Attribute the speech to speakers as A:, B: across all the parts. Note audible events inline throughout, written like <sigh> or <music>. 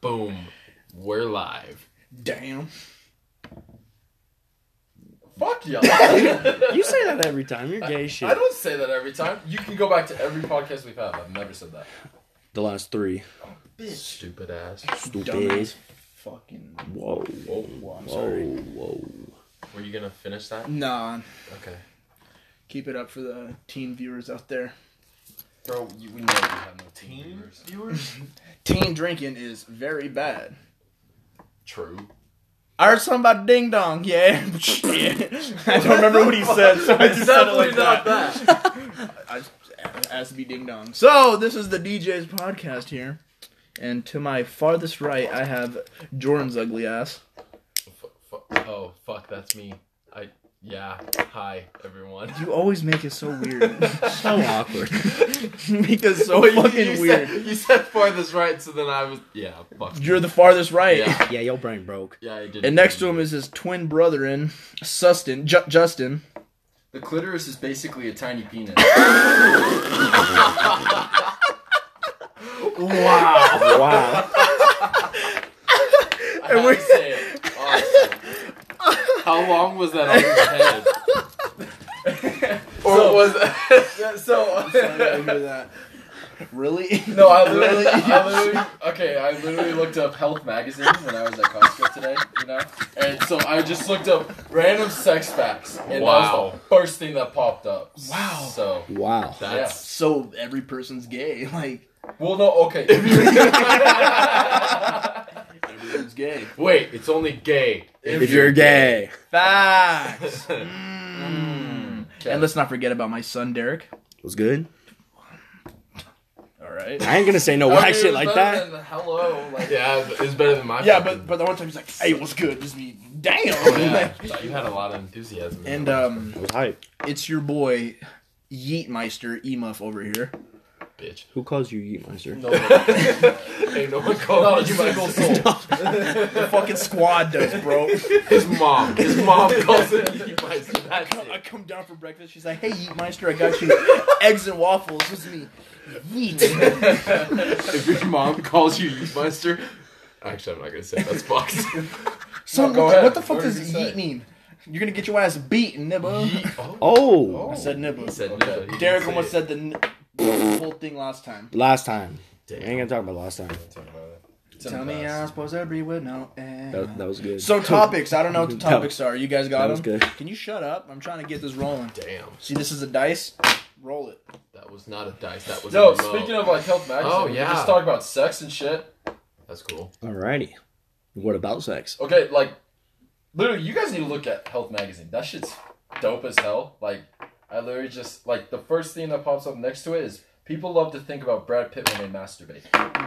A: Boom. We're live.
B: Damn.
A: Fuck y'all. I
C: You say that every time. You're gay shit.
A: don't say that every time. You can go back to every podcast we've had. I've never said that.
C: The last three.
B: Bitch.
A: Stupid ass.
C: Stupid.
B: Dumbass. Fucking.
C: Whoa.
A: Whoa.
B: Well, I'm
C: Whoa.
B: sorry.
C: Whoa.
A: Were you gonna finish that?
B: Nah.
A: Okay.
B: Keep it up for the teen viewers out there.
A: Bro, you, we never have no team viewers.
B: Teen drinking is very bad.
A: <laughs> True.
B: I heard something about ding dong. Yeah. <laughs> Yeah. I don't remember what he said, so I just said it like that. I it has to be ding dong. So this is the DJ's podcast here, and to my farthest right, I have Jordan's ugly ass.
A: Fu- fu- oh fuck, that's me. I yeah. Hi everyone.
B: You always make it so weird. <laughs>
C: So awkward.
B: you make it so
A: Wait, you-
B: fucking
A: you
B: weird.
A: Said, you said farthest right, so then I was yeah. Fuck.
B: You're the farthest right.
A: yeah.
C: Yeah, your brain broke.
A: Yeah, I did.
B: And next to him is his twin brother in Sustin, Ju- <laughs> Justin.
A: the clitoris is basically a tiny penis.
B: Wow.
C: Wow.
A: I had
B: we-
A: to say it. Awesome. How long was that on your head? or was that <laughs> so?
B: Really?
A: <laughs> no, I literally, I literally, okay, I literally looked up health magazines when I was at Costco today, you know, and so I just looked up random sex facts, and that was
D: Wow.
A: the first thing that popped up.
B: Wow.
A: So
C: Wow.
D: That's
B: So every person's gay. <laughs> Like
A: well, no, <laughs> okay.
B: everyone's gay.
D: wait. It's only gay.
C: If you're gay.
B: Facts.
A: <laughs> Okay.
B: And let's not forget about my son Derek.
C: Was good.
B: All right.
C: I ain't gonna say no
A: I mean,
C: whack
A: it
C: shit
A: was
C: like
A: better
C: that.
A: than hello, like
D: Yeah, it's better than my.
B: Yeah,
D: fucking-
B: but but the one time he's like, "Hey, what's good?" Just me, damn. <laughs>
D: yeah. you had a lot of enthusiasm.
B: And um,
C: I was hype.
B: it's your boy, Yeetmeister Emuff over here.
D: bitch. <laughs>
C: Who calls you Yeet Monster?
A: no,
D: Ain't no one called
A: not a
D: out you my
A: single soul.
B: The fucking squad does, bro.
D: <laughs> His mom. His mom calls it. Yeet Meister. That's
B: <laughs> I
D: it.
B: come down for breakfast. She's like, "Hey, Yeetmeister, I got you eggs and waffles." This is me. Yeet.
D: If your mom calls you Yeet Meister, actually, I'm not gonna say it. that's box.
B: So
A: No, go
B: what, the- what
A: ahead.
B: the fuck
A: What
B: does
A: did
B: Yeet
A: you say?
B: mean? You're gonna get your ass beaten, nibba.
D: Oh,
B: <laughs>
C: Oh.
B: I said nibba.
D: he said
A: Okay.
D: no. He didn't
B: Derek
D: say
B: almost
D: it.
B: said the n- whole thing last time.
C: Last time. I
D: Damn.
C: ain't gonna talk about last time.
A: It's in
B: Tell
A: the
B: me
A: past.
B: I'm supposed to be with no end.
C: That, that was good.
B: Eh. So topics. I don't know what the
C: That-
B: topics are. You guys got
C: that was
B: them?
C: good.
B: Can you shut up? I'm trying to get this rolling.
D: Damn.
B: See, this is a dice. Roll it.
D: That was not a dice. That was. a
A: No,
D: remote.
A: speaking of like health magazines,
D: Oh,
A: we
D: yeah.
A: just talk about sex and shit.
D: That's cool.
C: Alrighty. What about sex?
A: Okay, like literally, you guys need to look at Health Magazine. That shit's dope as hell. Like, I literally just like the first thing that pops up next to it is people love to think about Brad Pitt when they masturbate.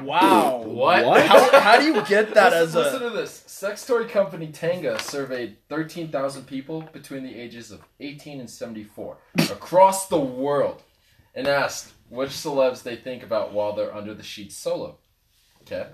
B: Wow.
D: What?
C: What?
B: How, how do you get that
A: listen,
B: as
A: listen
B: a?
A: to this. Sex toy company Tanga surveyed 13,000 people between the ages of 18
B: <laughs>
A: and 74 across the world and asked which celebs they think about while they're under the sheets solo. Okay.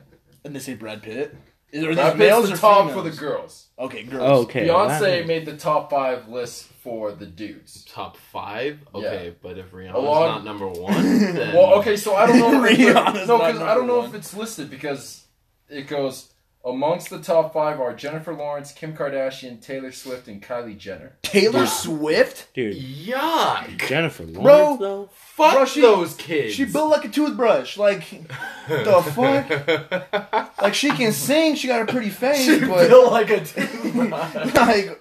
B: And they say Brad Pitt. Are these
A: Brad Pitt's
B: males
A: the
B: or
A: top
B: females?
A: for the girls.
B: Okay, girls.
C: Oh, Okay.
A: Beyonce
C: that-
A: made the top five list for the dudes.
D: Top five. Okay, but if Rihanna's
A: Along-
D: not number one, then
A: Well, okay, so I
B: <laughs>
A: don't know. if it's-
B: Rihanna's
A: no,
B: not
A: because I
B: number
A: don't know if
B: one.
A: it's listed because it goes amongst the top five are Jennifer Lawrence, Kim Kardashian, Taylor Swift, and Kylie Jenner.
B: Taylor Swift.
C: Dude,
D: Yuck.
C: Jennifer
B: Bro.
C: Lawrence, though?
D: Fuck
B: Bro, she-
D: those kids. <laughs>
B: She built like a toothbrush. Like the fuck. Like she can sing. She got a pretty face, but
A: like a team.
B: like.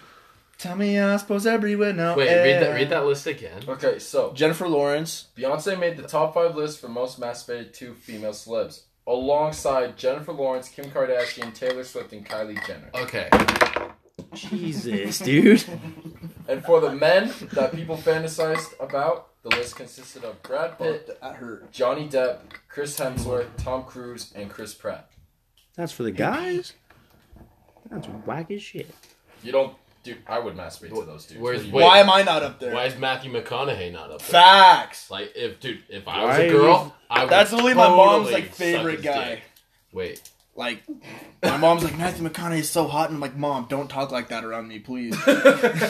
B: <laughs> Tell me, I suppose everywhere now.
D: Wait, read that. Read that list again.
A: okay, so
B: Jennifer Lawrence.
A: Beyonce made the top five list for most masturbated to female celebs, alongside Jennifer Lawrence, Kim Kardashian, Taylor Swift, and Kylie Jenner.
D: Okay.
C: Jesus, dude.
A: And for the men that people fantasized about, the list consisted of Brad Pitt,
B: That hurt.
A: Johnny Depp, Chris Hemsworth, Tom Cruise, and Chris Pratt.
C: That's for the guys? That's whack as shit.
A: You don't, dude. I would masturbate to those dudes.
D: Where's-
A: Wait,
D: wait.
B: Why am I not up there?
D: Why is Matthew McConaughey not up there?
B: Facts.
D: Like, if dude, if I was
C: Why
D: a girl, I would
B: That's literally my mom's
D: totally
B: like
D: suck
B: favorite
D: his
B: guy.
D: dick. Wait,
B: Like, my mom's like, Matthew McConaughey is so hot. And I'm like, Mom, don't talk like that around me, please.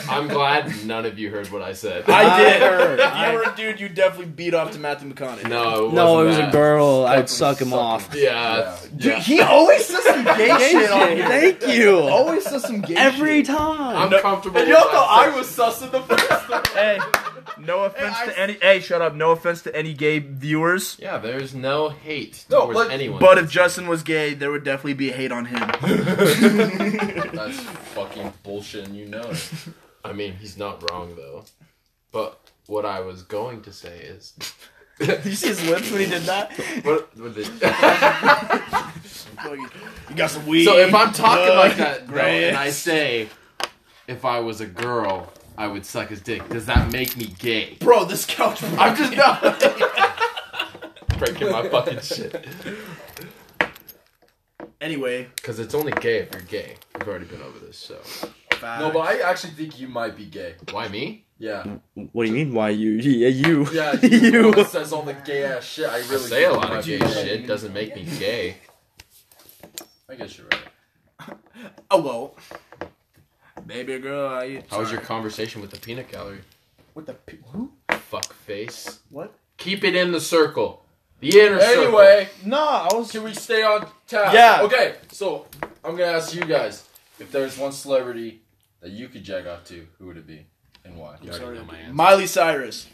D: I'm glad none of you heard what I said.
B: I did.
C: heard.
B: if you were a dude, you definitely beat off to Matthew McConaughey.
D: no, it
C: No,
D: wasn't
C: it was a
D: that.
C: girl. I'd
A: Definitely
C: suck him off.
D: Yeah,
B: Dude, he always says some gay shit on <laughs> here.
C: Thank you.
B: Always says some gay
C: Every
B: shit.
D: I'm
C: time.
D: comfortable.
B: And
D: with
B: y'all thought
D: myself.
B: I was sussing the first time.
E: Hey, no offense
B: Hey, I-
E: to any. Hey, shut up. No offense to any gay viewers.
D: Yeah, there's no hate
A: No,
D: towards
A: but-
D: anyone.
B: But if Justin was gay, there would definitely be hate on <laughs> him.
A: That's fucking bullshit, and you
B: <laughs>
A: know it.
D: I mean, he's not wrong though. But what I was going to say is,
B: you see his lips when he did that?
D: what, what did-
B: you got some weed.
D: so if I'm talking
B: blood,
D: like that, though,
B: grass.
D: and I say, if I was a girl, I would suck his dick. Does that make me gay?
B: bro, this couch.
D: I'm just not <laughs> breaking my fucking shit.
B: Anyway,
D: Because it's only gay if you're gay. We've already been over this, so
A: No, but I actually think you might be gay.
D: why me? <laughs>
A: Yeah,
C: What do you mean? Why you? Yeah, you. <laughs>
A: yeah. <laughs>
C: you.
A: That says all the gay ass shit. I
D: I
A: really
D: say a
A: think
D: lot
A: you
D: of gay
A: might be
D: shit doesn't make me gay.
A: I guess you're right.
B: oh well. Baby girl, I you?
D: How was your conversation with the peanut gallery?
B: What the pe- who?
D: Fuck face.
B: What?
D: Keep it in the circle. The inner circle.
A: Anyway,
B: No, I was.
A: can we stay on task?
B: Yeah.
A: Okay, so I'm gonna ask you guys if there's one celebrity that you could jack off to, who would it be, and why?
D: You already know my answer.
B: Miley Cyrus.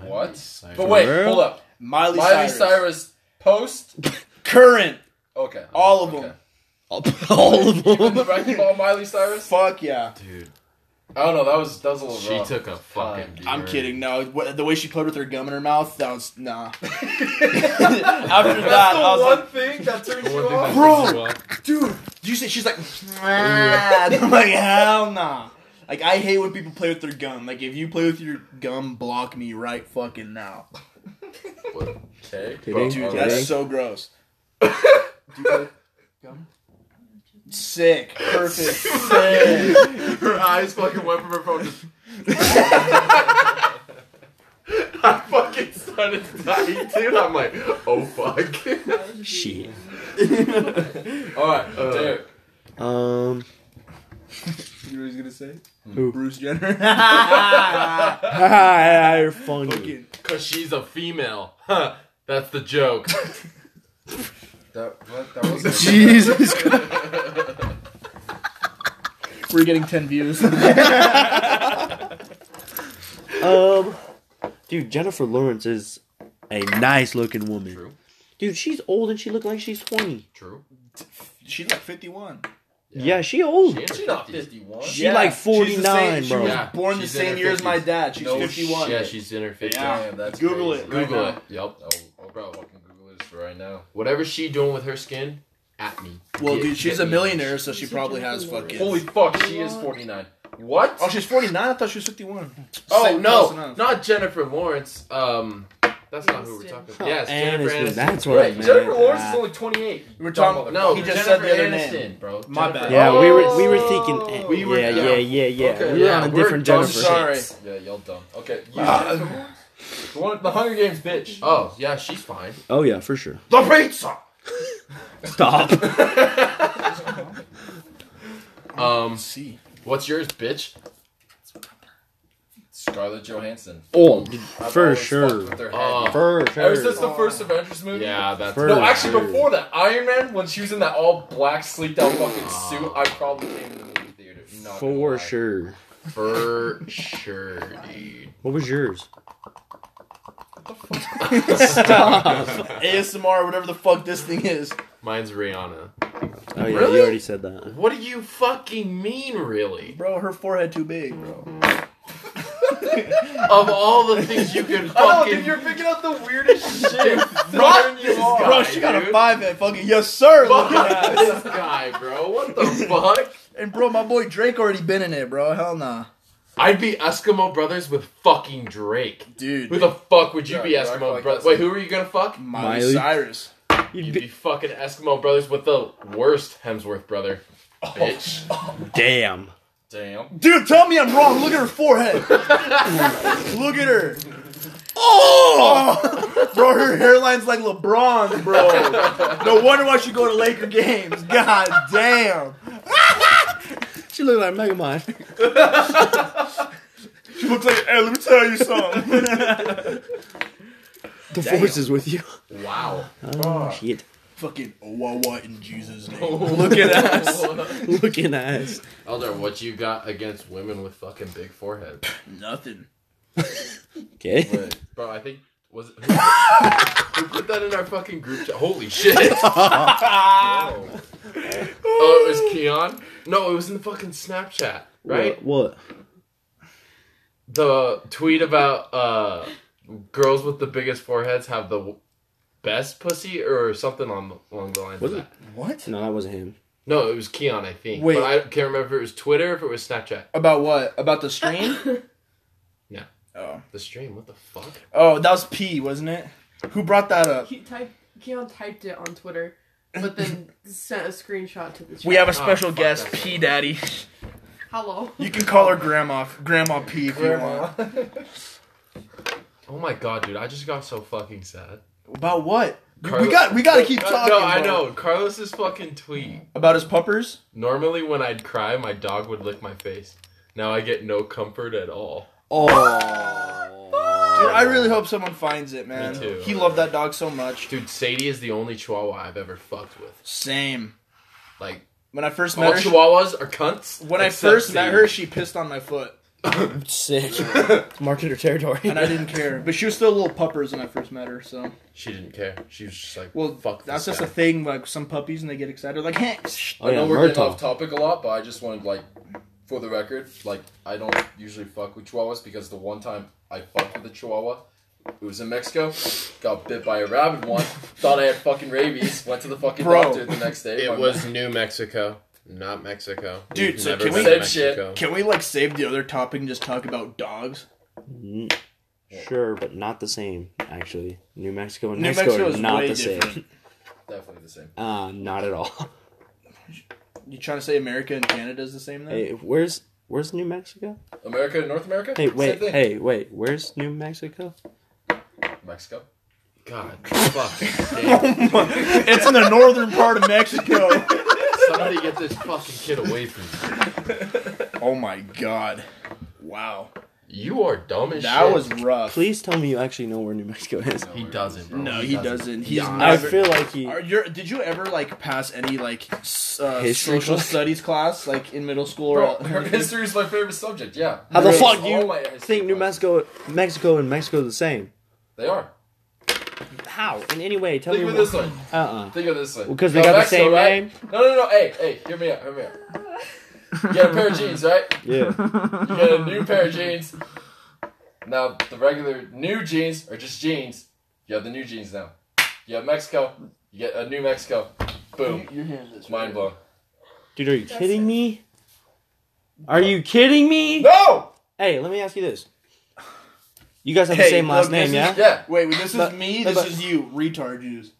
A: What?
D: Sorry.
A: But wait,
C: real?
A: hold up.
B: Miley,
A: Miley
B: Cyrus.
A: Cyrus post.
B: Current.
A: Okay.
B: All of
A: Okay.
B: them.
C: All of
A: Even the
C: them.
A: racquetball Miley Cyrus.
B: Fuck yeah.
D: Dude,
A: I don't know. That was that was a little.
D: she
A: rough.
D: took a fucking.
B: I'm
D: turn.
B: kidding. No, wh- the way she played with her gum in her mouth, that was <laughs> nah. After that, I was like,
A: thing that turns
D: The one thing that
B: Bro.
D: pisses you off-
B: dude, did you say she's like, and <laughs> I'm like, hell nah. Like I hate when people play with their gum. Like if you play with your gum, block me right fucking now.
A: Okay.
C: Kidding,
B: Dude,
C: kidding.
B: that's so gross. <laughs> Sick. Perfect. <laughs> Sick.
D: Her eyes fucking went from her phone.
A: <laughs>
D: Just... I fucking started dying, dude. I'm like, oh
A: <laughs>
D: fuck.
C: Shit.
A: All right,
D: Uh,
A: Derek.
C: Um. <laughs>
B: You know what he's gonna say?
C: Who?
B: Bruce Jenner. <laughs> Fucking.
C: ah, you're funny.
D: Cause she's a female. Huh. That's the joke.
A: <laughs> That, what, that
D: <laughs>
B: <laughs>
A: wasn't.
C: Jesus Christ.
B: We're getting ten <laughs> views.
C: Um. Dude, Jennifer Lawrence is a nice looking woman.
D: True.
C: Dude, she's old and she looked like she's 20.
D: True.
B: She's like fifty-one.
C: Yeah, she old.
D: She in her
A: She's not
D: 50s.
A: 51.
C: She like
B: she's the same-
C: 49,
B: she
C: bro.
B: was
D: Yeah,
B: born the
D: she's in
B: same
D: her
B: year as my
D: 50s.
B: dad. She's
A: No
B: fifty-one.
D: Yeah, she's in her 50s.
A: Damn, that's
B: Google
A: crazy.
B: it.
D: Google
B: Right
D: it. Yup.
A: Oh, oh, bro, I can Google this right now.
D: Whatever she doing with her skin, at me.
B: Well,
D: Get-
B: dude, she's
D: get
B: a
D: me.
B: millionaire, so she probably has fucking.
A: Holy fuck, she is 49. What?
B: Oh, she's 49? I thought she was 51.
D: Oh
B: Same-
D: no,
B: close enough.
D: not Jennifer Lawrence. Um, that's not who we're talking about. Yes, Jennifer
C: Aniston,
D: Aniston.
C: That's what I
A: Wait,
C: meant.
A: Jennifer Lawrence
C: Ah.
A: is only 28. you
B: We're
A: dumb
B: talking-
A: motherfucker.
D: No,
B: He just
D: Jennifer
B: said the other
D: Aniston,
B: name.
D: bro.
B: My
D: Jennifer-
B: bad.
C: Yeah, we were we were
D: Oh!
C: thinking. eh,
D: We were-
C: yeah, yeah, yeah, yeah,
A: Okay,
C: we were
D: yeah,
C: on a
D: we're
C: different
D: dumb
C: Jennifer.
B: sorry.
A: Yeah, y'all dumb. Okay, you. the, one, the Hunger Games bitch.
D: Oh yeah, she's fine.
C: Oh yeah, for sure.
D: The pizza.
C: <laughs> Stop.
D: Um,
B: see.
D: what's yours, bitch?
A: Scarlett Johansson.
C: oh,
A: I've
C: for
A: always fucked
C: sure.
A: With her head.
D: Oh,
C: For
A: <laughs>
C: sure.
A: Ever since the first Avengers movie?
D: yeah, that's
C: For-
A: No, actually,
C: sure.
A: before that, Iron Man, when she was in that all black, sleeked out fucking suit, I probably came to the movie theater. Not gonna
C: for
A: lie.
C: sure.
D: for sure, dude.
C: What was yours?
B: ASMR, whatever the fuck this thing is.
D: Mine's Rihanna.
C: Oh yeah,
D: Really?
C: you already said that.
D: What do you fucking mean, really?
B: Bro, her forehead too big, bro.
D: Of all the things you could
A: I know,
D: fucking
A: dude, you're picking out the weirdest shit.
D: Rock
A: you
D: this
A: are.
B: Bro,
D: guy,
B: she got a
D: dude.
B: five head fucking. Yes, sir.
D: Fuck
B: look at that.
D: this guy, bro. What <laughs> the fuck?
B: And bro, my boy Drake already been in it, bro. Hell nah.
D: I'd be Eskimo Brothers with fucking Drake. Who
B: Dude.
D: the fuck would you
A: Yeah,
D: be
A: you act
D: Eskimo
A: like
D: Brothers?
A: that.
D: Wait, who are you gonna fuck?
B: Miley,
C: Miley?
B: Cyrus.
D: You'd be fucking Eskimo Brothers with the worst Hemsworth brother. Bitch.
C: Damn.
A: Damn.
B: Dude, tell me I'm <laughs> wrong. Look at her forehead. Look at her.
C: Oh.
B: <laughs> Bro, her hairline's like LeBron's, bro. No wonder why she go to Laker games. God damn.
C: She looked like Megamind.
B: She looks like, hey, let me tell you something.
C: <laughs> The force is with you.
A: Wow.
C: Oh, shit.
B: <laughs> Fucking Wawa in Jesus' name.
C: Look at us. <laughs> Look at us.
D: Elder, what you got against women with fucking big foreheads?
C: <laughs>
B: Nothing.
C: Okay.
D: Wait, bro, I think was it,
C: <laughs>
D: who put that in our fucking group chat? Holy
C: <laughs>
D: shit! Whoa. Oh, it was Keon. No, it was in the fucking Snapchat, right?
C: What?
D: The tweet about uh, girls with the biggest foreheads have the w- best pussy or something on along the lines
C: Was
D: of
C: it?
D: that.
B: What?
C: No, that wasn't him.
D: No, it was Keon, I think.
B: Wait.
D: But I can't remember if it was Twitter or if it was Snapchat.
B: About what? About the <laughs> stream?
D: No.
B: Oh.
D: The stream, what the fuck?
B: Oh, that was P, wasn't it? Who brought that up?
F: He typed, Keon typed it on Twitter, but then sent a screenshot to the chat.
B: We have a special
D: Oh, fuck,
B: guest,
D: that's
B: P Daddy.
F: Hello.
B: You can call her Grandma, Grandma P if you want. <laughs>
D: Oh my god, dude, I just got so fucking sad.
B: About what?
D: Carlos-
B: we got we gotta keep
D: Uh,
B: talking.
D: No, I
B: bro.
D: know. Carlos's fucking tweet.
B: about his pumpers.
D: Normally, when I'd cry, my dog would lick my face. Now I get no comfort at all.
C: Oh.
B: Dude, I really hope someone finds it, man.
D: too.
B: He loved that dog so much.
D: Dude, Sadie is the only Chihuahua I've ever fucked with.
B: Same.
D: Like,
B: When I first
D: all
B: met her, she-
D: Chihuahuas are cunts.
B: when I
D: except
B: first met
D: Sadie.
B: her, she pissed on my foot,
C: Sick. <laughs> Market her territory.
B: and I didn't care. But she was still a little puppers when I first met her. So,
D: she didn't care. She was just like,
B: well,
D: fuck
B: That's
D: this
B: just a thing. Like some puppies, and they get excited, like, hey,
C: Oh,
A: I
C: yeah,
A: know we're getting
C: Murtaugh.
A: off topic a lot, but I just wanted like, for the record, like I don't usually fuck with Chihuahuas because the one time I fucked with a Chihuahua, it was in Mexico, got bit by a rabid one, thought I had fucking rabies, went to the fucking
B: Bro.
A: doctor the next day.
D: It
A: my-
D: was New Mexico, not Mexico.
B: Dude,
D: We've
B: so
D: never
B: can
D: been to
B: we-
A: Same shit.
D: Mexico.
B: Can we like save the other topic and just talk about dogs?
C: N- Sure, but not the same, actually. New Mexico and
B: New
C: Mexico,
B: Mexico
C: are
B: is
C: not
B: way
C: the same.
B: different.
A: definitely the same.
C: Uh, not at all.
B: You trying to say America and Canada is the same? Then
C: Hey, where's where's New Mexico?
A: America and North America.
C: Hey,
A: Same
C: wait,
A: thing.
C: hey, wait, where's New Mexico?
A: Mexico.
D: God, fuck. Damn.
B: it's in the northern part of Mexico.
D: Somebody get this fucking kid away from me.
B: oh my god! Wow,
D: You are dumb as
B: that
D: shit.
B: was rough.
C: Please tell me you actually know where New Mexico is.
D: He doesn't, bro.
B: No, he doesn't. He's
D: Yeah,
C: I
B: never.
C: feel like he.
B: Are your, did you ever like pass any like s- uh,
C: History
B: social
C: class?
B: studies class like in middle school or Oh
A: Bro, history is my favorite subject. Yeah.
C: How the
A: It's
C: fuck
A: all
C: you
A: my history
C: think New
A: classes.
C: Mexico, Mexico and Mexico are the same?
A: They are.
C: How? In any way? Tell
A: Think
C: me.
A: of it this
C: Uh
A: way.
C: uh
A: Think of it this way.
C: Because they
A: Now,
C: got the
A: Mexico,
C: same
A: right?
C: name.
A: No, no, no. Hey, hey, hear me out. Hear me out. You get a pair of jeans, right?
B: <laughs>
C: Yeah.
A: You get a new pair of jeans. Now the regular new jeans are just jeans. You have the new jeans now. You have Mexico. You get a new Mexico. Boom.
B: Your hand is
A: Mind blown.
C: Dude, are you kidding me? Are you kidding me?
A: No.
C: Hey, let me ask you this. You guys have the
B: Hey,
C: same
B: look,
C: last name,
B: this
C: yeah?
B: is-
A: Yeah.
B: Wait, wait, this is
C: But-
B: me.
C: but-
B: This is you, retard Jews.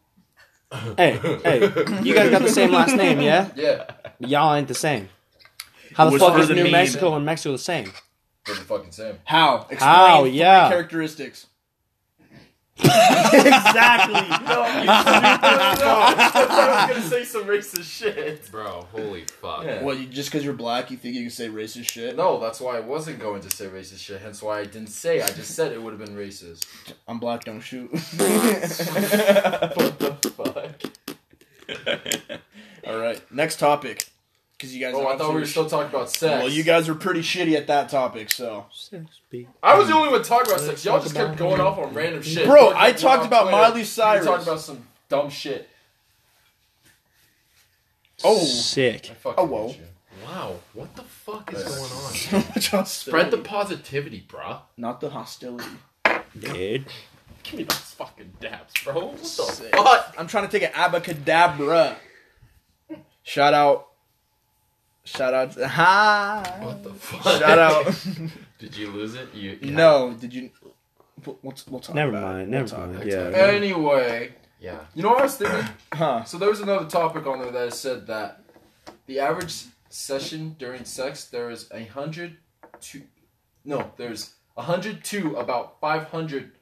C: Hey, hey, you guys got the same last name, yeah?
A: Yeah.
C: Y'all ain't the same. How the
B: Who's
C: fuck
B: for
C: is
B: the
C: New
B: meme?
C: Mexico and Mexico the same?
A: They're the fucking same.
B: How? Explain
C: How?
B: three
C: Oh, Yeah.
B: characteristics.
C: <laughs> exactly.
A: I was gonna say some racist <laughs> shit.
D: Bro, holy fuck.
A: Yeah.
B: What? You, just because you're black, you think you can say racist shit?
A: No, that's why I wasn't going to say racist shit. Hence why I didn't say. I just said it would have been racist.
B: I'm black. Don't shoot. <laughs>
A: What the fuck?
B: All right. Next topic. Because you guys.
A: Oh, I
B: obviously
A: thought we were
B: were
A: still talking about sex.
B: Well, you guys were pretty shitty at that topic, so.
A: I was the only one talking about sex. Y'all
C: talk
A: just
C: about
A: kept going off on random shit.
B: Bro,
A: Y'all
B: I
A: kept going
B: talked
A: on
B: about
A: Twitter.
B: Miley Cyrus.
A: You talked about some dumb shit.
B: Oh.
C: Sick.
A: I fucking
B: Oh, whoa. <laughs>
A: hate you.
D: Wow, what the fuck is
A: Yeah.
D: going on?
B: Just
D: Spread the positivity, bruh.
B: Not the hostility.
C: Dude.
D: Give me those fucking dabs, bro. What the
B: Sick.
D: fuck?
B: I'm trying to take an abacadabra. Shout out. Shout out. <laughs> to- Ha!
D: What the fuck?
B: Shout out.
D: <laughs> Did you lose it? You, you
B: No, did you? We'll, we'll, we'll talk.
C: Never
B: about it.
C: mind,
B: We'll
C: never
B: talk
C: mind.
B: about it.
C: Yeah.
A: Anyway,
D: Yeah.
A: you know what I was thinking?
B: Huh?
A: So there was another topic on there that said that the average session during sex there is a hundred two, no, there's a hundred two about five hundred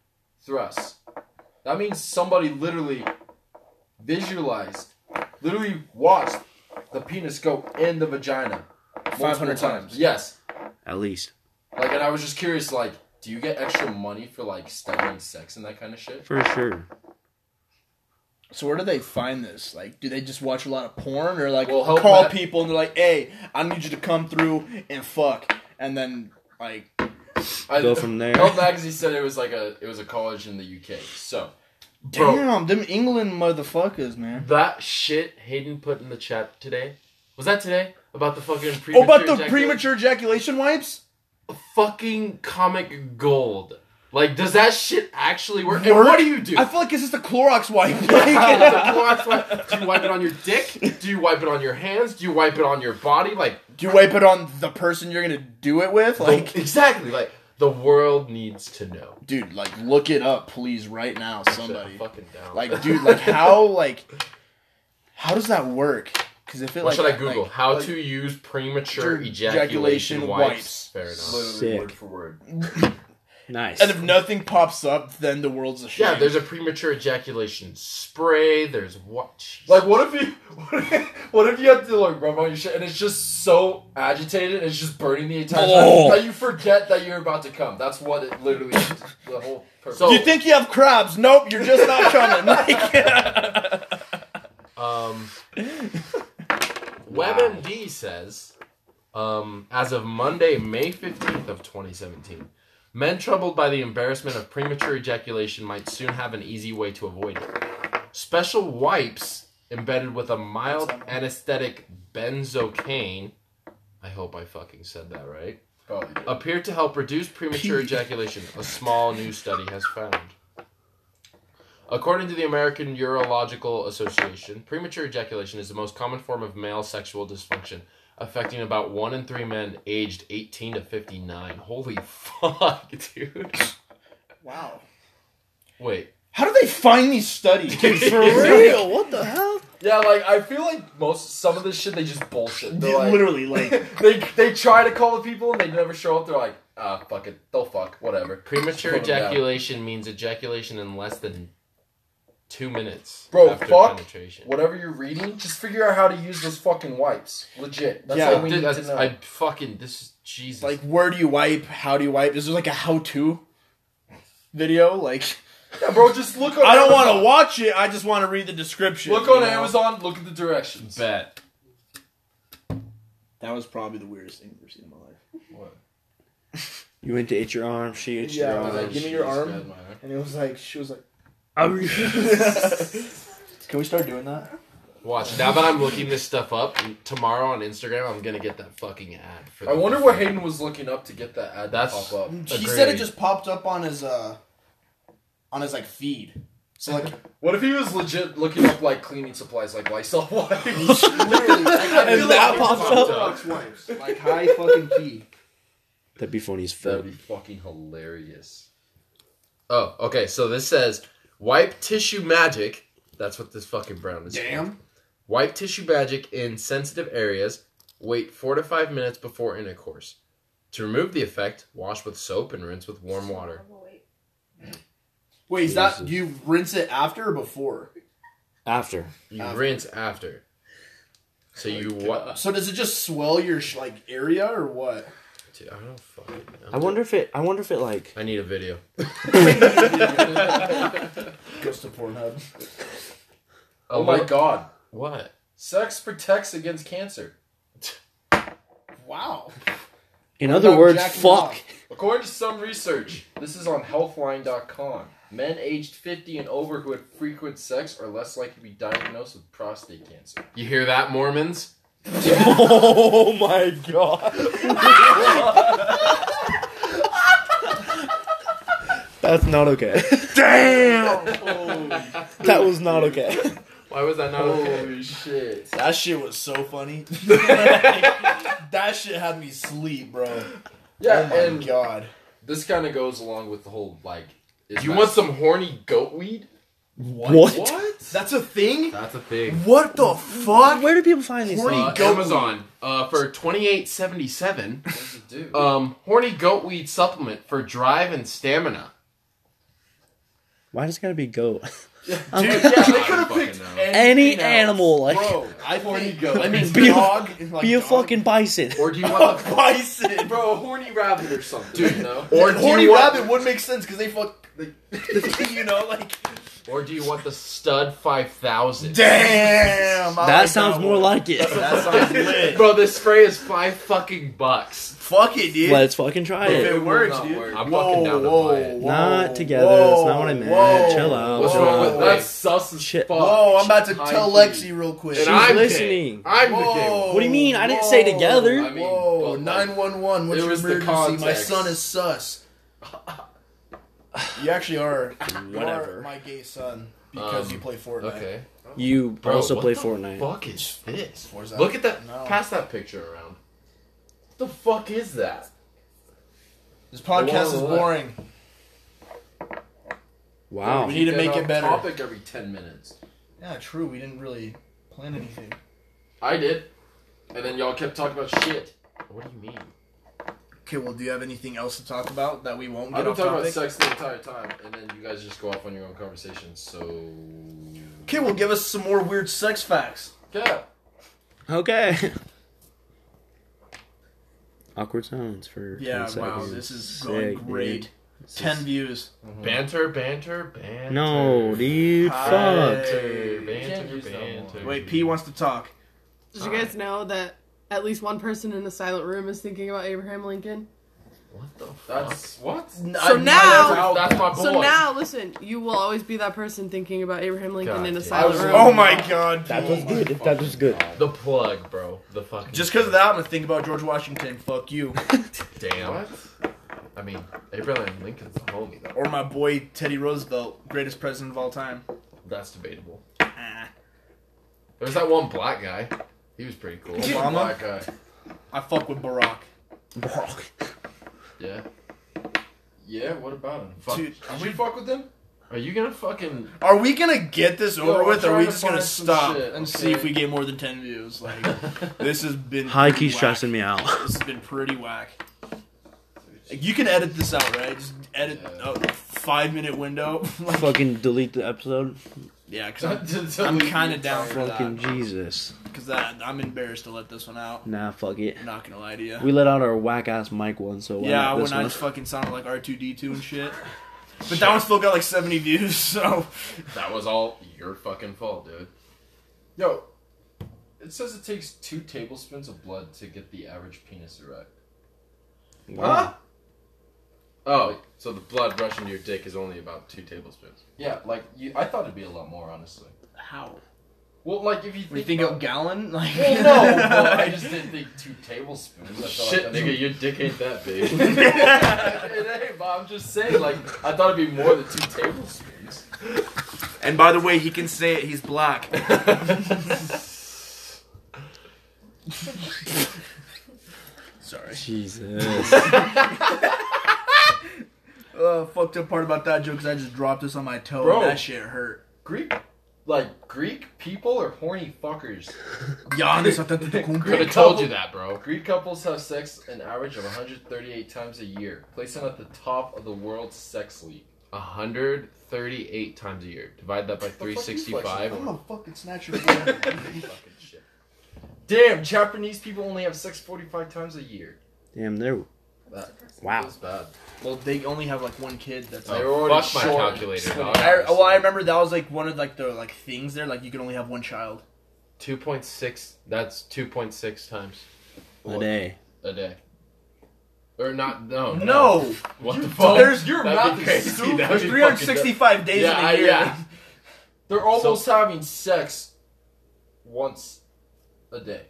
A: thrusts. That means somebody literally visualized, literally watched the penis go in the vagina multiple
B: 500 times.
A: Yes.
C: At least.
A: Like, and I was just curious, like, do you get extra money for like studying sex and that kind of shit?
C: For sure.
B: So where do they find this? Like, do they just watch a lot of porn, or like
A: Well, help
B: call
A: Matt-
B: people and they're like, "Hey, I need you to come through and fuck," and then like,
A: I, <laughs>
C: Go from there.
A: Health magazine said it was like a it was a college in the UK. So
D: Bro.
B: damn, them England motherfuckers, man.
D: That shit Hayden put in the chat today. Was that today? About the fucking premature
B: Oh, about the
D: ejaculation?
B: premature ejaculation wipes?
D: fucking comic gold. Like, does that shit actually work? And what do you do?
B: I feel like it's just a
D: <laughs>
B: Clorox wipe.
D: Is
B: Like, <laughs>
D: it a cloth wipe? do you wipe it on your dick? Do you wipe it on your hands? Do you wipe it on your body? Like,
B: do you wipe it on the person you're gonna do it with? Like,
D: the- exactly. Like, the world needs to know.
B: dude, like look it up, please, right now,
D: Shit, I'm
B: somebody.
D: fucking down.
B: Like, dude,
D: <laughs>
B: like how like how does that work? Because if it
D: what
B: like
D: should I Google?
B: like-
D: How to use premature
B: Ejaculation
D: ejaculation, wipes?
B: wipes.
D: Fair enough.
A: literally
C: Sick.
A: word for word.
C: Nice.
B: and if nothing pops up, then the world's a shame.
D: Yeah, there's a premature ejaculation spray. There's what? Jeez.
A: Like what if you <laughs> what if, what if you have to like rub on your shit and it's just so agitated it's just burning the entire time
C: Oh.
A: that you forget that you're about to come. That's what it literally is. The whole purpose.
D: So-
B: You think you have crabs? Nope, you're just not coming. <laughs> Like-
D: Um, WebMD says, um, as of Monday, May 15th of 2017, men troubled by the embarrassment of premature ejaculation might soon have an easy way to avoid it. Special wipes embedded with a mild anesthetic benzocaine. I hope I fucking said that right.
A: Probably.
D: Appear to help reduce <laughs> premature ejaculation, a small new study has found. According to the American Urological Association, premature ejaculation is the most common form of male sexual dysfunction, affecting about one in three men aged 18 to 59. Holy <laughs> fuck, dude.
B: wow.
D: Wait.
B: How do they find
D: <laughs>
B: these studies? Dude, for real?
C: real? What the hell?
A: Yeah, like I feel like most some of this shit they just bullshit. They're like,
C: Literally, like,
A: <laughs> they they try to call the people and they never show up. They're like, ah, fuck it, they'll fuck, whatever.
D: Premature
A: Put 'em down.
D: ejaculation means ejaculation in less than two minutes
A: Bro,
D: after
A: fuck.
D: penetration.
A: Whatever you're reading, just figure out how to use those fucking wipes. Legit. That's
B: Yeah.
A: all we
D: Dude,
A: need to
D: that's-
A: know.
D: I fucking, this is Jesus.
B: Like, where do you wipe? How do you wipe? Is there like a how-to video? Like, <laughs>
A: yeah, bro, just look on
B: I don't want to
A: Amazon.
B: watch it. I just want to read the description.
A: Look
B: you
A: on
B: know?
A: Amazon, look at the directions.
D: bet.
B: That was probably the weirdest thing I've ever seen in my life.
C: you went to itch your arm, she itched
B: Yeah.
C: your
A: uh,
C: arm.
B: Like, give me your arm. And it was like, she was like, <laughs> "Can we start doing that?"
D: Watch. Now that I'm looking this stuff up, tomorrow on Instagram, I'm gonna get that fucking ad. For
A: I
D: the-
A: wonder what Hayden was looking up to get that ad to
D: That's-
A: pop up.
B: He
D: Agreed.
B: said it
D: <laughs>
B: just popped up on his uh, on his like feed. So <laughs> like,
A: What if he was legit looking up like cleaning supplies, like Lysol <laughs> wipes?
B: literally,
A: <laughs> I feel
C: that
A: like-
C: pops
D: up?
B: wipes, like high fucking key.
C: That'd be funny as fuck.
A: That'd be fucking hilarious.
D: Oh, okay. So this says wipe tissue magic. That's what this fucking brown is. called.
B: Damn.
D: Wipe tissue magic in sensitive areas. Wait four to five minutes before intercourse. To remove the effect, wash with soap and rinse with warm water.
B: Wait, is that
C: Jesus.
B: do you rinse it after or before?
C: After.
D: You
B: After.
D: rinse after. So you what?
B: So does it just swell your sh- like area or what?
D: Dude, I don't fucking. know.
C: I wonder if it, I wonder if it, like,
D: I need a video.
B: Goes to Pornhub.
A: Oh my
D: what-
A: god.
D: What?
A: Sex protects against cancer.
B: <laughs> Wow.
C: in other
B: about
C: words,
B: jacking
C: fuck.
B: off?
A: According to some research, this is on healthline.com. Men aged 50 and over who had frequent sex are less likely to be diagnosed with prostate cancer.
D: You hear that, Mormons?
C: oh my god. <laughs> That's not okay. Damn! that was not okay.
D: Why was that not okay?
A: Holy shit.
B: That shit was so funny. that shit had me sleep, bro.
A: Yeah,
B: oh my
A: and
B: god.
A: this kind of goes along with the whole like. is
D: You
A: that-
D: want some horny goat weed?
C: What?
D: What?
B: That's a thing?
D: That's a thing.
B: What the fuck?
C: Where do people find these
B: Horny
C: things?
D: Uh,
B: goat
D: Amazon uh, for twenty eight seventy seven.
A: What does it do?
D: Um, horny goat weed supplement for drive and stamina.
C: Why does it gotta
B: <laughs>
C: be goat? I'm like,
A: Dude, yeah, they
D: I
A: could have
D: fucking
A: picked
D: know.
A: anything
C: Any
A: else.
C: animal, like-
A: bro. I horny goat. I mean,
C: Be a-
A: dog.
B: Like
C: be a
B: dog.
C: fucking bison.
D: Or do you want
A: <laughs>
D: the
B: bison.
A: Bro, a horny rabbit or something.
D: Dude,
A: you know?
D: or do
B: Horny
D: you want-
B: rabbit would make sense because they fuck. Like, you know, like
D: or do you want the stud five thousand?
B: damn. I
C: that
B: like
C: sounds
B: that
C: more
B: one.
C: like it.
B: That sounds lit.
D: Bro, this spray is five fucking bucks.
B: <laughs> Fuck it, dude.
C: Let's fucking try
B: if
C: it.
B: it
A: will
B: works,
A: not
B: dude.
A: work.
D: I'm fucking down to buy it.
C: Not together, that's not what I meant. Chill out.
D: What's wrong with
B: wait.
D: that's sus as
C: Shit.
D: fuck.
B: Whoa, I'm about to
A: High
B: tell
A: key.
B: Lexi real quick.
D: And
C: She's
D: I'm
C: listening.
D: listening. I'm the
B: Whoa.
D: king.
C: What do you mean? I didn't say together.
A: I mean,
B: Whoa,
A: but, like,
B: 911, what's
A: there
B: your
A: was the
B: emergency? My
A: context.
B: son is sus. You actually are, you are
C: Whatever.
B: my gay son because
D: Um,
B: you play Fortnite.
D: Okay.
C: You
D: Bro,
C: also
D: what
C: play
D: the
C: Fortnite.
D: Fuck is this?
B: Where's that?
D: Look at that.
B: No.
D: Pass that picture around. What the fuck is that?
B: This podcast is
D: Whoa, what?
B: boring.
C: Wow.
B: We need to
A: get
B: make
A: off
B: it better.
A: Topic every ten minutes.
B: Yeah, true. We didn't really plan anything.
A: I did, and then y'all kept talking about shit.
D: What do you mean?
B: Okay, well, do you have anything else to talk about that we won't
A: I've
B: get
A: been
B: off
A: talking about
B: topic?
A: sex the entire time, and then you guys just go off on your own conversations. So
B: Okay, well, give us some more weird sex facts.
A: yeah,
C: Okay. <laughs> Awkward silence for.
B: Yeah,
C: 10
B: wow,
C: seconds.
B: this is
C: Sick,
B: going
C: dude.
B: great.
C: This
B: Ten
C: is-
B: views.
D: Banter, banter, banter.
C: No, dude.
B: Hi.
C: Fuck.
D: Banter,
B: You
A: can't
D: banter,
A: use that
D: banter.
B: Wait, P wants to talk.
F: Did you guys know that at least one person in the silent room is thinking about Abraham Lincoln?
D: What the fuck?
A: that's what.
F: So now,
D: That's, that's
A: Oh,
D: my boy.
F: so now, listen, you will always be that person thinking about Abraham Lincoln
D: God
F: in a
D: damn.
F: silent
A: I
F: room.
A: was-
B: Oh my god, P.
C: That was good. That was good.
D: the plug, bro. The fucking.
B: Just because of that, I'm gonna think about George Washington. Fuck
C: <laughs>
B: you.
D: Damn.
A: What?
D: I mean, Abraham Lincoln's a homie though.
B: Or my boy Teddy Roosevelt, greatest president of all time.
D: That's debatable.
B: Ah,
D: There was that one black guy. He was pretty cool.
B: Obama?
A: Black guy.
B: I fuck with Barack.
D: Yeah.
A: Yeah, what about him?
D: Fuck.
B: Dude,
A: Did you fuck with him?
D: Are you gonna fucking?
B: Are we gonna get this over
A: I'm
B: with, or are
A: trying
B: we
A: to
B: just gonna
A: find some
B: stop
A: shit,
B: and see if
A: okay?
B: we get more than ten views?
A: <laughs>
B: Like, this has been
C: High
B: pretty
C: key
B: whack.
C: stressing me out.
B: <laughs> This has been pretty whack. Like, You can edit this out, right? Just edit
A: Yeah.
B: a five minute window. <laughs> like,
C: Fucking delete the episode.
B: yeah, because I'm,
A: <laughs> I'm
B: kinda down for-
C: Fucking Jesus.
B: cause that, I'm embarrassed to let this one out.
C: Nah, fuck it.
B: I'm not gonna lie to you.
C: We let out our whack ass mic one, so why
B: yeah,
C: not this
B: when I
C: one?
B: <laughs> just fucking sounded like R2D2 and shit. But that one still got like 70 views, <laughs> so.
D: That was all your fucking fault, dude.
A: Yo, it says it takes two tablespoons of blood to get the average penis erect.
C: Wow.
D: Oh, so the blood rushing to your dick is only about two tablespoons.
A: Yeah, like you, I thought it'd be a lot more, honestly.
B: How?
A: Well, like if you think,
B: We think
A: about,
B: of gallon? Like,
A: <laughs> Well,
B: <laughs>
A: no, well, I just didn't think two tablespoons. I felt
D: Shit,
A: like that's
D: nigga,
A: a- <laughs>
D: your dick ain't that big. <laughs>
A: it ain't, but I'm just saying, like I thought it'd be more than two tablespoons.
E: And by the way, he can say it. He's black.
B: <laughs> Sorry.
C: Jesus.
B: Uh, fucked up part about that joke is I just dropped this on my toe
A: Bro.
B: and that shit hurt.
A: Greek, like Greek people are horny fuckers.
B: Giannis
D: Could
B: Antetokounmpo.
D: have told you that, bro.
A: Greek couples have sex an average of 138 times a year, placing at the top of the world's sex league.
D: 138 times a year. Divide that by
A: The fuck you flexing?
D: 365.
B: I'm gonna fucking snatch your <laughs> phone.
A: Fucking shit. Damn, Japanese people only have sex 45 times a year.
C: Damn, there.
A: That
C: Wow.
A: was bad.
B: well, they only have like one kid that's
A: They
B: like.
A: were already
D: Oh, fuck my
A: short.
D: calculator, dog. oh,
B: I, well, I remember that was like one of like the like things there, like you can only have one child.
D: 2.6. That's 2.6 times
C: A day.
D: a day. Or not? No.
B: No,
D: What the <laughs> fuck?
B: Well, there's
A: your
D: That'd
A: mouth
D: be
A: is
D: crazy.
A: stupid.
D: That'd
B: there's
D: be fucking
B: 365 days
D: Yeah, I-
B: in a year. <laughs>
D: yeah.
A: They're almost having sex once a day.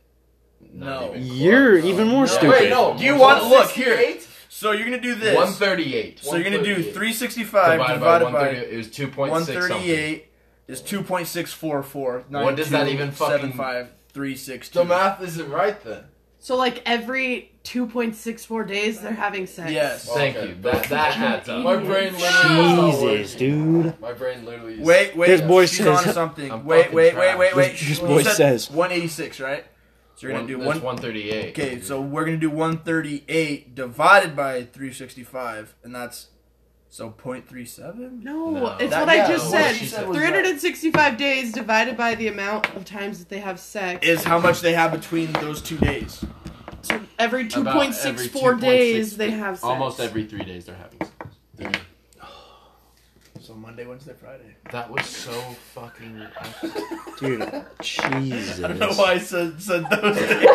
B: No,
D: even.
C: You're even more
A: No.
C: stupid.
A: Wait, no.
B: Do you want- look,
A: 168?
B: So you're gonna do this.
D: 138.
B: So you're gonna do
A: 138.
B: 365
D: divided
B: divided,
D: by
B: by,
D: 138. It was 2.6 something.
B: 138 is 2.644.
D: What does that even fucking-
B: 75362.
A: The math isn't right then.
F: So like every 2.64 days they're having sex.
B: Yes.
D: Thank
A: Okay.
D: you. That, that adds up.
A: My brain literally. is not
C: Jesus,
A: working.
C: dude.
A: My brain literally. Is
B: Wait, wait.
C: This boy
B: she's
C: says-
B: on something.
D: I'm
B: wait,
D: fucking
B: wait, wait,
D: trapped.
B: wait, wait.
C: This
B: You
C: boy
B: said
C: says-
B: 186, right? So you're
D: One,
B: gonna do
D: that's
B: one.
D: 138.
B: Okay, so we're gonna do 138 divided by 365, and that's So 0.37?
F: No,
D: No.
F: it's
B: That-
F: what
B: yeah,
F: I just
B: what
F: said.
B: she
A: said was that-
F: 365 days divided by the amount of times that they have sex.
B: Is how much they have between those two days.
F: so every
D: About
F: 2.64
D: every
F: days
D: 2.6
F: they have sex.
D: Almost every three days they're having sex.
B: So Monday, Wednesday, <laughs> Friday.
D: That was so fucking.
C: Dude, Jesus.
B: I don't know why I said, said <laughs> those days.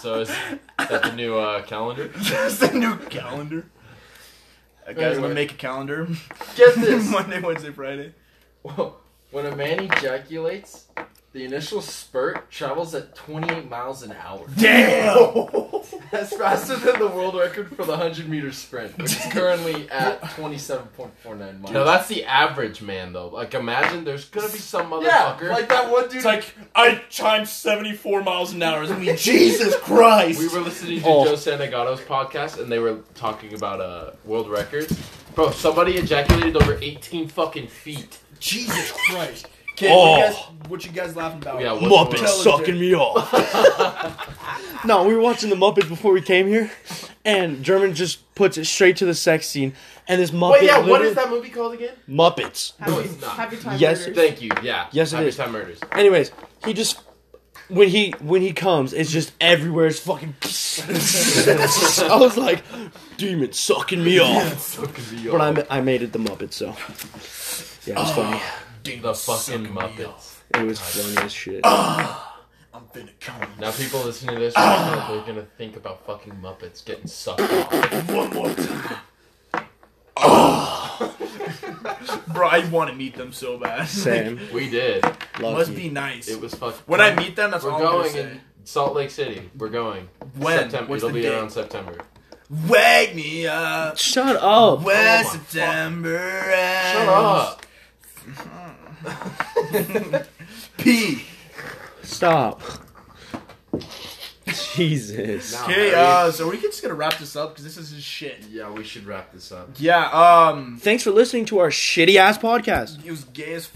D: so is that the new uh, calendar?
B: That's the new calendar. Uh, guys, I'm
A: Anyway.
B: gonna make a calendar.
A: Get
C: <laughs>
A: this.
B: <laughs> Monday, Wednesday, Friday.
A: Whoa. When a man ejaculates, the initial spurt travels at 28 miles an hour.
B: <laughs> Damn!
A: <laughs> That's faster than the world record for the 100 meter sprint, which is currently <laughs> at 27.49 miles.
D: No, that's the average man though. Like, imagine there's gonna be some
A: yeah,
D: motherfucker.
A: like that one dude.
B: It's like, I timed 74 miles an hour. I <laughs> mean, Jesus Christ!
D: we were listening to
C: Oh.
D: Joe Santagato's podcast, and they were talking about uh, world records. Bro, somebody ejaculated over 18 fucking feet.
B: Jesus Christ. Okay,
C: Oh.
B: what, you guys, what you guys laughing about?
D: Yeah, what-
C: Muppets
B: Tell us,
C: sucking
B: dude.
C: me off. <laughs> no, we were watching the Muppets before we came here, and German just puts it straight to the sex scene, and this Muppet.
D: Wait, yeah, what
C: literally-
D: is that movie called again?
C: Muppets.
D: No,
F: Happy,
D: it's not.
F: happy time
C: Yes,
F: murders.
D: Thank you. Yeah.
C: Yes, it
D: Happy
C: is.
D: Time Murders.
C: Anyways, he just when he when he comes, it's just everywhere. It's fucking. <laughs> I was like, demon sucking me off. But I, ma- I made it the Muppets, so yeah, it was funny.
D: the fucking Muppets.
C: It was funny as shit.
B: I'm finna come.
D: Now people listening to this, right now,
B: <sighs>
D: they're gonna think about fucking Muppets getting sucked off.
B: One more time. <laughs> Bro, I want to meet them so bad. <laughs>
C: Sam,
D: We did.
C: love
B: Must
C: you.
B: be nice.
D: It was fucking.
B: when I meet them, that's
D: we're
B: all I'm
D: going
B: gonna say.
D: in Salt Lake City. We're going.
B: When?
D: September.
B: What's
D: It'll
B: the
D: be um,
B: date?
D: around September.
B: Wake me up
C: Shut up.
B: when
D: Oh my fuck.
B: September
D: Shut up.
B: P.
C: Stop. Jesus.
D: Now-
B: Okay,
D: Alright.
B: uh, so we can just gonna wrap this up because this is just shit.
D: Yeah, we should wrap this up.
B: Yeah, um,
C: Thanks for listening to our shitty ass podcast.
B: he was gay as fuck.